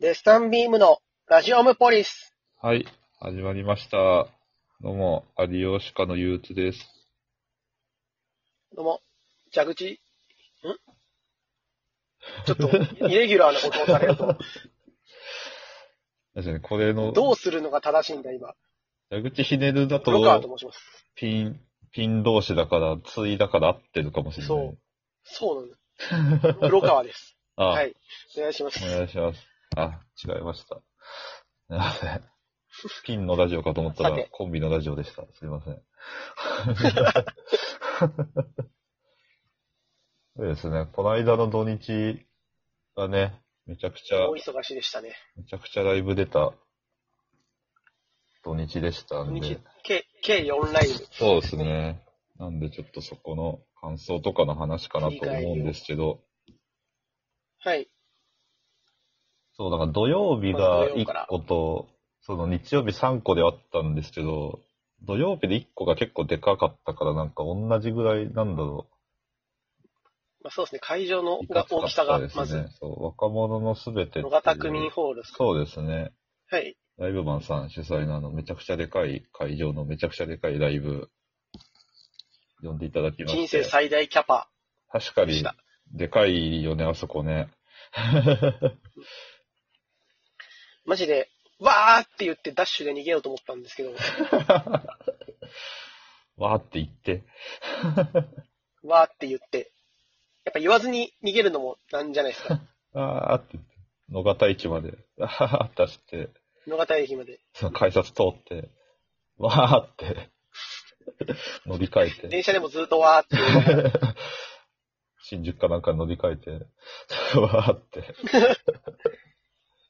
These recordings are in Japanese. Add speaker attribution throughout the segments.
Speaker 1: デスタンビームのラジオムポリス。
Speaker 2: はい、始まりました。どうも、有吉家の憂鬱です。
Speaker 1: どうも、蛇口、んちょっ と、イレギュラーなことをされると、
Speaker 2: ですね、これの、
Speaker 1: どうするのが正しいんだ、今。
Speaker 2: 蛇口ひねるだ
Speaker 1: ロカー
Speaker 2: と、
Speaker 1: と申します。
Speaker 2: ピン、ピン同士だから、ついだから合ってるかもしれない。
Speaker 1: そうそうなんです。ロカーです。
Speaker 2: あ、
Speaker 1: はい。お願いします
Speaker 2: お。願いします。あ、違いました。 すいません。ピンのラジオかと思った
Speaker 1: さ
Speaker 2: ら
Speaker 1: て、
Speaker 2: コンビのラジオでした。すいま せん。 そうですね、この間の土日がね、めちゃくちゃ、
Speaker 1: 大忙しでしたね。
Speaker 2: めちゃくちゃライブ出た土日でした
Speaker 1: 土
Speaker 2: ん
Speaker 1: 日
Speaker 2: で。、
Speaker 1: 計、計4ライブ。
Speaker 2: そうですね。なんでちょっとそこの感想とかの話かなと思うんですけど、
Speaker 1: はい。
Speaker 2: そう、だから土曜日
Speaker 1: ま
Speaker 2: が
Speaker 1: ず土曜
Speaker 2: 1
Speaker 1: から
Speaker 2: 個と、その日曜日3個であったんですけど、土曜日で1個が結構でかかったからなんか同じぐらいなんだろ
Speaker 1: まあ、そうですね、会場の
Speaker 2: う。
Speaker 1: が大きさが
Speaker 2: い、か
Speaker 1: ま
Speaker 2: つかった
Speaker 1: ず
Speaker 2: で、すね。そう、若者のすべてっていう
Speaker 1: 野方区民ホールですか。
Speaker 2: そうですね。
Speaker 1: はい。
Speaker 2: ライブマンさん主催のあの、めちゃくちゃでかい会場のめちゃくちゃでかいライブ、呼んでいただきまして
Speaker 1: 人生最大キャパ。
Speaker 2: 確か
Speaker 1: でし
Speaker 2: に
Speaker 1: た、
Speaker 2: でかいよね、あそこね。
Speaker 1: マジで、わーって言ってダッシュで逃げようと思ったんですけど、
Speaker 2: わーって言って。
Speaker 1: わーって言って、やっぱ言わずに逃げるのもなんじゃないです か。
Speaker 2: あーって言って。野方市まで、あーって走って、
Speaker 1: 野方駅まで。
Speaker 2: その改札通って、わーって、乗り換えて、
Speaker 1: 電車でもずっとわーって言う。
Speaker 2: 新宿かなんか乗り換えて、 わーって。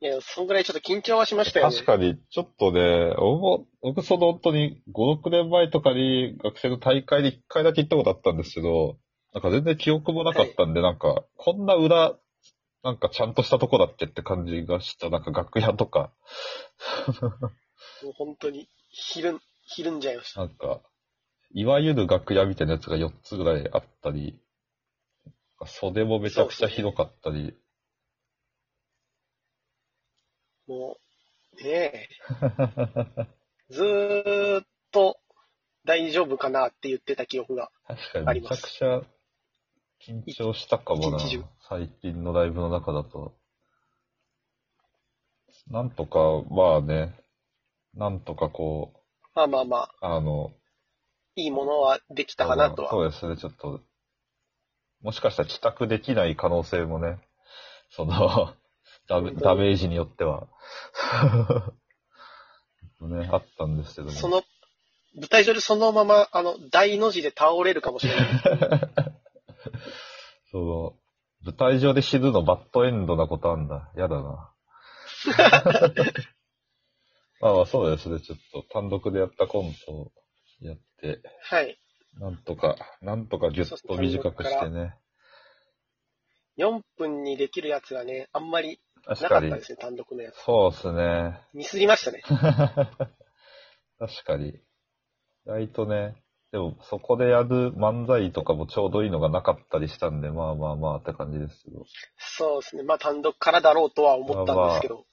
Speaker 1: い や、そんぐらいちょっと緊張はしましたよね。
Speaker 2: 確かに、ちょっとね、僕も僕その本当に5、6年前とかに学生の大会で1回だけ行ったことあったんですけど、なんか全然記憶もなかったんで、なんか、こんな裏、なんかちゃんとしたとこだっけって感じがした、なんか楽屋とか、
Speaker 1: もう本当に、ひるん、ひるんじゃいました。
Speaker 2: なんか、いわゆる楽屋みたいなやつが4つぐらいあったり、なんか袖もめちゃくちゃ広かったり、
Speaker 1: もう、 ねえ。ずーっと、大丈夫かなって言ってた記憶が。
Speaker 2: 確
Speaker 1: あ
Speaker 2: か
Speaker 1: り
Speaker 2: にめち
Speaker 1: ま
Speaker 2: ゃ
Speaker 1: す
Speaker 2: くちゃ緊張したかもな
Speaker 1: 一日中、
Speaker 2: 最近のライブの中だと。なんとか、まあね、なんとかこ
Speaker 1: まあまあまあ、
Speaker 2: う、あの、
Speaker 1: いいものはできたかなとは。
Speaker 2: そうですね、ちょっと、もしかしたら帰宅できない可能性もね、その、ダメ
Speaker 1: 本当に
Speaker 2: ダメージによっては、 ね、あったんですけども。
Speaker 1: その、舞台上でそのまま、あの、大の字で倒れるかもしれ ない。
Speaker 2: その、舞台上で死ぬのバッドエンドなことあんだ。やだな。まあまあそうですね。ちょっと単独でやったコントをやって、
Speaker 1: はい。
Speaker 2: なんとか、なんとかギュッと短くしてね。
Speaker 1: 4分にできるやつがね、あんまり
Speaker 2: 確
Speaker 1: なか
Speaker 2: か
Speaker 1: った
Speaker 2: に
Speaker 1: で。すね、単独のやつ。
Speaker 2: そうですね。
Speaker 1: ミスりましたね。
Speaker 2: 確かに。意外とね、でもそこでやる漫才とかもちょうどいいのがなかったりしたんで、まあまあまあって感じですけど。
Speaker 1: そうですね。まあ単独からだろうとは思ったんですけど。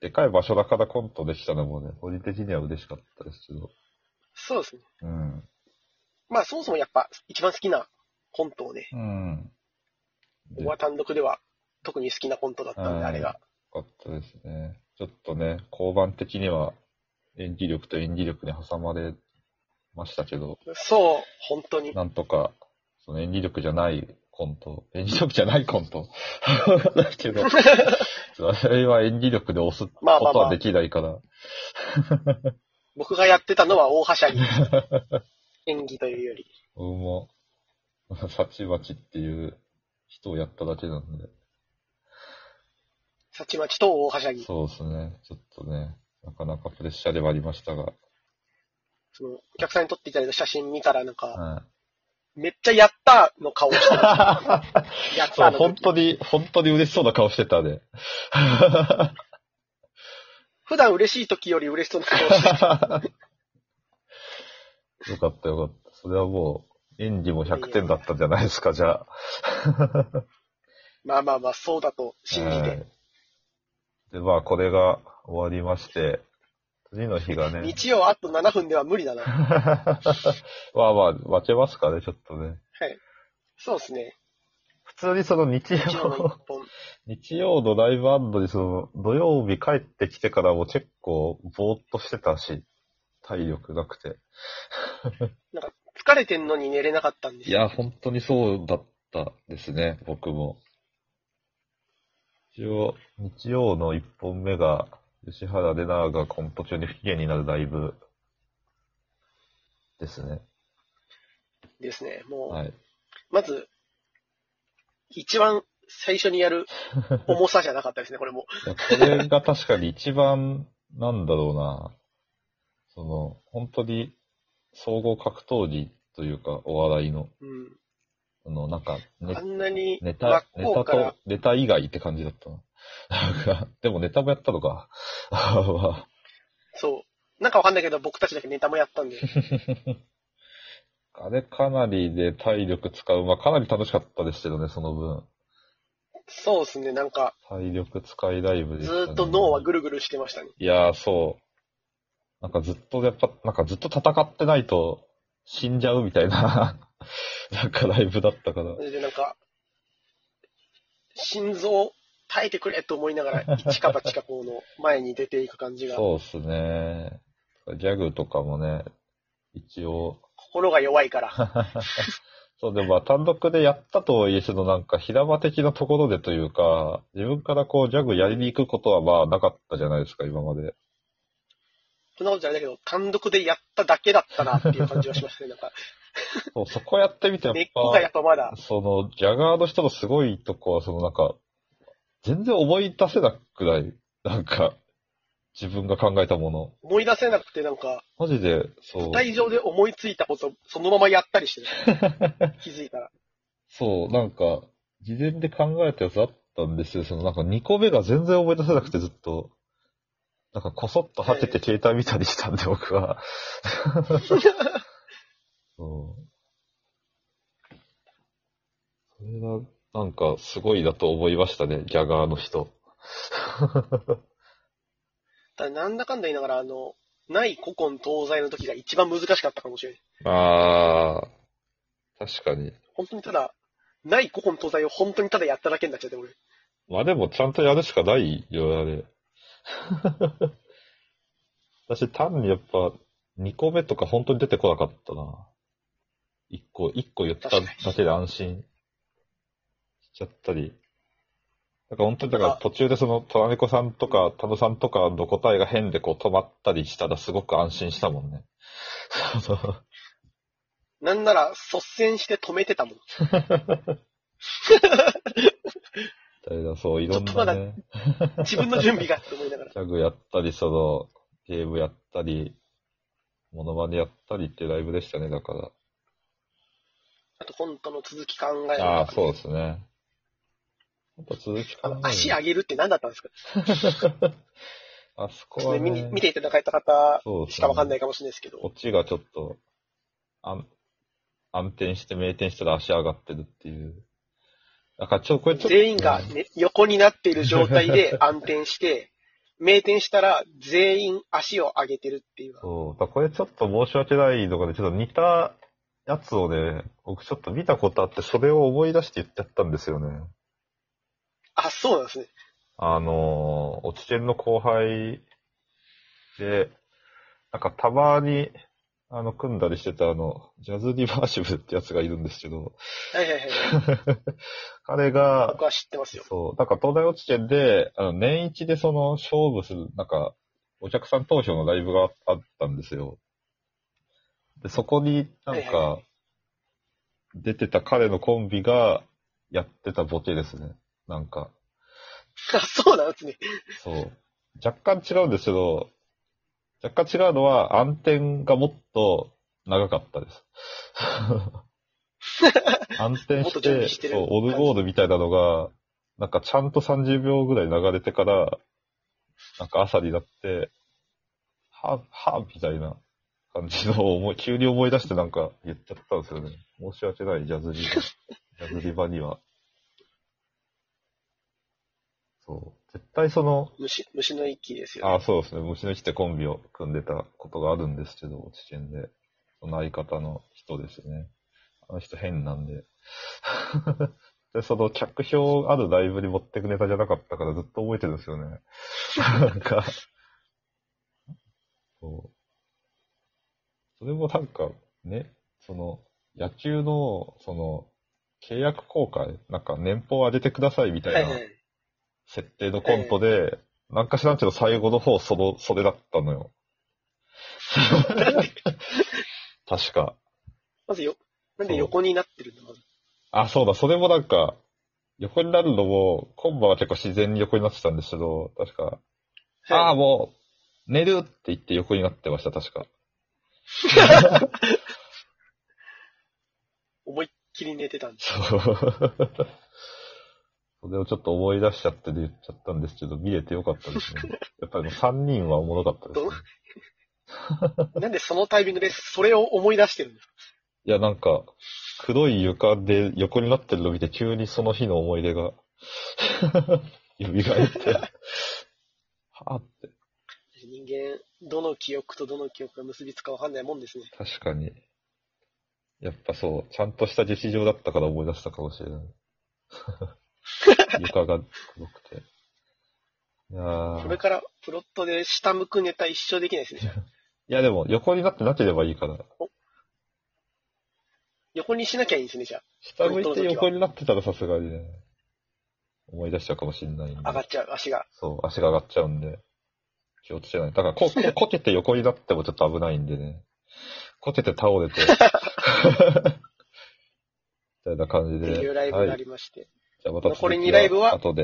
Speaker 2: でかい場所だからコントできたのもね、個人的には嬉しかったですけど。
Speaker 1: そうですね。
Speaker 2: うん。
Speaker 1: まあそもそもやっぱ一番好きなコントをね、
Speaker 2: うん。
Speaker 1: ここは単独では特に好きなコントだったんで、
Speaker 2: はい
Speaker 1: あれが。
Speaker 2: よかったですね。ちょっとね、交番的には演技力と演技力に挟まれましたけど、
Speaker 1: そう、本当に。
Speaker 2: なんとか、その演技力じゃないコント、演技力じゃないコント だけど、それは演技力で押すこ
Speaker 1: まあまあ
Speaker 2: と
Speaker 1: ま
Speaker 2: は
Speaker 1: あ
Speaker 2: できないから、
Speaker 1: 僕がやってたのは大はし ゃぎ。演技というより。
Speaker 2: 僕も、サチバチっていう人をやっただけなんで、
Speaker 1: さちまちと大はしゃぎ。
Speaker 2: そうですね、ちょっとね、なかなかプレッシャーではありましたが、
Speaker 1: そのお客さんに撮っていただいた写真見たらなんか、
Speaker 2: はい。
Speaker 1: めっちゃやったーの顔してた。やった
Speaker 2: そう、
Speaker 1: ーの
Speaker 2: 本
Speaker 1: 時。
Speaker 2: 当に、本当に嬉しそうな顔してたね。
Speaker 1: 普段嬉しい時より嬉しそうな顔してた。
Speaker 2: よかったよかった。それはもう、演技も100点だったんじゃないですか、じゃあ。
Speaker 1: まあまあまあ、そうだと信じ
Speaker 2: は
Speaker 1: て
Speaker 2: い。で、まあ、これが終わりまして、次の日がね。
Speaker 1: 日曜あと7分では無理だな。
Speaker 2: まあまあ、待けますかね、ちょっとね。
Speaker 1: そうですね。
Speaker 2: 普通にその日
Speaker 1: 日曜の
Speaker 2: 曜
Speaker 1: 一、本。
Speaker 2: 日曜のライブアンドにその、土曜日帰ってきてからも結構、ぼーっとしてたし、体力なくて。
Speaker 1: 疲れてんのに寝れなかったんです
Speaker 2: い
Speaker 1: よ。
Speaker 2: や、本当にそうだったですね、僕も。一応、日曜の1本目が、吉原でなーがコント中に不機嫌になるライブですね。
Speaker 1: ですね。もう、
Speaker 2: はい。
Speaker 1: まず、一番最初にやる重さじゃなかったですね、これも。
Speaker 2: いやこれが確かに一番、なんだろうな、その、本当に、総合格闘技というか、お笑いの、
Speaker 1: うん。
Speaker 2: あの、なんか、ね
Speaker 1: あんなに
Speaker 2: ネ
Speaker 1: 真っ
Speaker 2: タ、ネ
Speaker 1: 向
Speaker 2: タ
Speaker 1: から
Speaker 2: と、ネタ以外って感じだったな。なんか、でもネタもやったのか。 まあ
Speaker 1: そう。なんかわかんないけど、僕たちだけネタもやったんで。
Speaker 2: あれかなりで体力使う。まあかなり楽しかったですけどね、その分。
Speaker 1: そうですね、なんか、
Speaker 2: 体力使いライブでし
Speaker 1: ず
Speaker 2: た、ね。
Speaker 1: ーっと脳はぐるぐるしてましたね。
Speaker 2: いやー、そう。なんかずっとやっぱ、なんかずっと戦ってないと死んじゃうみたいな、 なんかライブだったから。
Speaker 1: で、なんか、心臓耐えてくれと思いながら、一か八かこうの前に出ていく感じが、
Speaker 2: そうっすね。ギャグとかもね、一応、
Speaker 1: 心が弱いから。
Speaker 2: そう、でもまあ単独でやったとはいえ、そのなんか平場的なところでというか、自分からこうギャグやりに行くことはまあなかったじゃないですか、今まで。
Speaker 1: そんなことじゃないんだけど、単独でやっただけだったなっていう感じはしましたね。なんか、
Speaker 2: そう、そこやってみてやっ
Speaker 1: 根っこがや
Speaker 2: ぱ、
Speaker 1: っぱまだ、
Speaker 2: そのギャガーの人のすごいとこは、そのなんか、全然思い出せなくないなんか、自分が考えたもの。
Speaker 1: 思い出せなくて、なんか、
Speaker 2: マジで、そう
Speaker 1: 舞。台上で思いついたこと、そのままやったりしてる。 気づいたら。
Speaker 2: そう、なんか、事前で考えたやつあったんですよ。そのなんか2個目が全然思い出せなくてずっと、なんかこそっと果てて携帯見たりしたんで、僕 は。そう。それが、なんかすごいだと思いましたね、ギャガーの人。
Speaker 1: ただなんだかんだ言いながら、あの、ない古今東西の時が一番難しかったかもしれない。
Speaker 2: ああ、確かに。
Speaker 1: 本当にただ、ない古今東西を本当にただやっただけになっちゃって、俺。
Speaker 2: まあでもちゃんとやるしかないよ、あれ。私単にやっぱ2個目とか本当に出てこなかったな。1個、一個言っただけで安心しちゃったり。なんか本当にだから
Speaker 1: あ
Speaker 2: 途中でそのトラネコさんとかタノさんとかの答えが変でこう止まったりしたらすごく安心したもん ね。
Speaker 1: なんなら、率先して止めてたもん。
Speaker 2: だからそういろん
Speaker 1: ちょっとまだ
Speaker 2: なね。
Speaker 1: 自分の準備がって思いな がら。
Speaker 2: ギャグやったり、その、ゲームやったり、モノマネやったりっていうライブでしたね、だか
Speaker 1: あと、コントの続き考えると
Speaker 2: ら。
Speaker 1: か
Speaker 2: ああ、そうですね。やっぱ続
Speaker 1: あ
Speaker 2: きか
Speaker 1: の
Speaker 2: な。
Speaker 1: 足上げるって何だったんですか、
Speaker 2: あ
Speaker 1: ち
Speaker 2: そこ
Speaker 1: ょっと
Speaker 2: は、
Speaker 1: ね見
Speaker 2: ね、
Speaker 1: に見ていただいた方
Speaker 2: そうです
Speaker 1: し
Speaker 2: ね
Speaker 1: かわかんないかもしれないですけど、
Speaker 2: こっちがちょっと、暗暗転して、明転したら足上がってるっていう。だから、ちょ、これちょっと、
Speaker 1: 全員が、ね、横になっている状態 で暗転して、明転したら全員足を上げてるっていう。
Speaker 2: そう、だからこれちょっと申し訳ないのがね、ちょっと似たやつをね、僕ちょっと見たことあって、それを思い出して言っちゃったんですよね。
Speaker 1: あ、そうなんですね。
Speaker 2: あのー、落ち研の後輩で、なんかたまに、あの、組んだりしてたあの、ジャズリバーシブってやつがいるんですけど、
Speaker 1: はいはいはい。
Speaker 2: 彼が
Speaker 1: 僕、は知ってますよ。
Speaker 2: そう、なんか東大落ち研で、あの、年一でその、勝負する、なんか、お客さん投票のライブがあったんですよ。で、そこになん
Speaker 1: はいは
Speaker 2: か、出てた彼のコンビが、やってたボケですね。なんか。
Speaker 1: あ、そうなんですね。
Speaker 2: そう。若干違うんですけど、若干違うのは、暗転がもっと長かっ たです。暗転
Speaker 1: もっと準
Speaker 2: して
Speaker 1: 備してる
Speaker 2: そう、オルゴールみたいなのが、なんかちゃんと30秒ぐらい流れてから、なんか朝になって、はぁ、はぁ、みたいな感じのを思い、急に思い出してなんか言っちゃったんですよね。申し訳ない、ジャズリバ。ジャズリバには。そう。絶対その、
Speaker 1: 虫、虫の一気ですよね。
Speaker 2: あそうですね。虫の位ってコンビを組んでたことがあるんですけど、知見で。その相方の人ですね。あの人変なんで。 で、その客票あるライブに持ってくネタじゃなかったからずっと覚えてるんですよね。 なんか、そう。それもなんか、ね、その、野球の、その、契約公開、なんか年俸上げてくださいみた
Speaker 1: はいい
Speaker 2: な
Speaker 1: はい。
Speaker 2: 設定のコントで、なんか知らんけど最後の方、その、それだったのよ。確か。
Speaker 1: まずよ、なんで
Speaker 2: そう
Speaker 1: 横になってるのまず
Speaker 2: あ、そうだ、それもなんか、横になるのも、今晩は結構自然に横になってたんですけど、確か、ああ、
Speaker 1: は
Speaker 2: もう、寝るって言って横になってました、確か。
Speaker 1: い。思いっきり寝てたんです。
Speaker 2: そう。それをちょっと思い出しちゃってで言っちゃったんですけど、見れてよかったですね。やっぱり3人はおもろかったです、ね。
Speaker 1: なんでそのタイミングで それを思い出してるんです
Speaker 2: いや、なんか、黒い床で横になってるの見て、急にその日の思い出が、蘇って、はあって、
Speaker 1: か人間、どの記憶とどの記憶が結びつくかわかんないもんですね。
Speaker 2: 確かに。やっぱそう、ちゃんとした劇場だったから思い出したかもしれない。床が黒くて。いや
Speaker 1: これ
Speaker 2: ー
Speaker 1: からプロットで下向くネタ一生できないですね。じゃあ
Speaker 2: いやでも、横になってなければいいから。
Speaker 1: 横にしなきゃいいんですね、じゃ
Speaker 2: 下向いて横になってたらさすがにね、思い出しちゃうかもしれないんで
Speaker 1: あ。上がっちゃう、足が。
Speaker 2: そう、足が上がっちゃうんで、気をつけない。だからこ、こ、こけて横になってもちょっと危ないんでね。こけて倒れ て。 みたいな感じ
Speaker 1: って
Speaker 2: で。
Speaker 1: いうライブがありまして。
Speaker 2: じゃあまた続き
Speaker 1: 残り二ライブは
Speaker 2: 後で。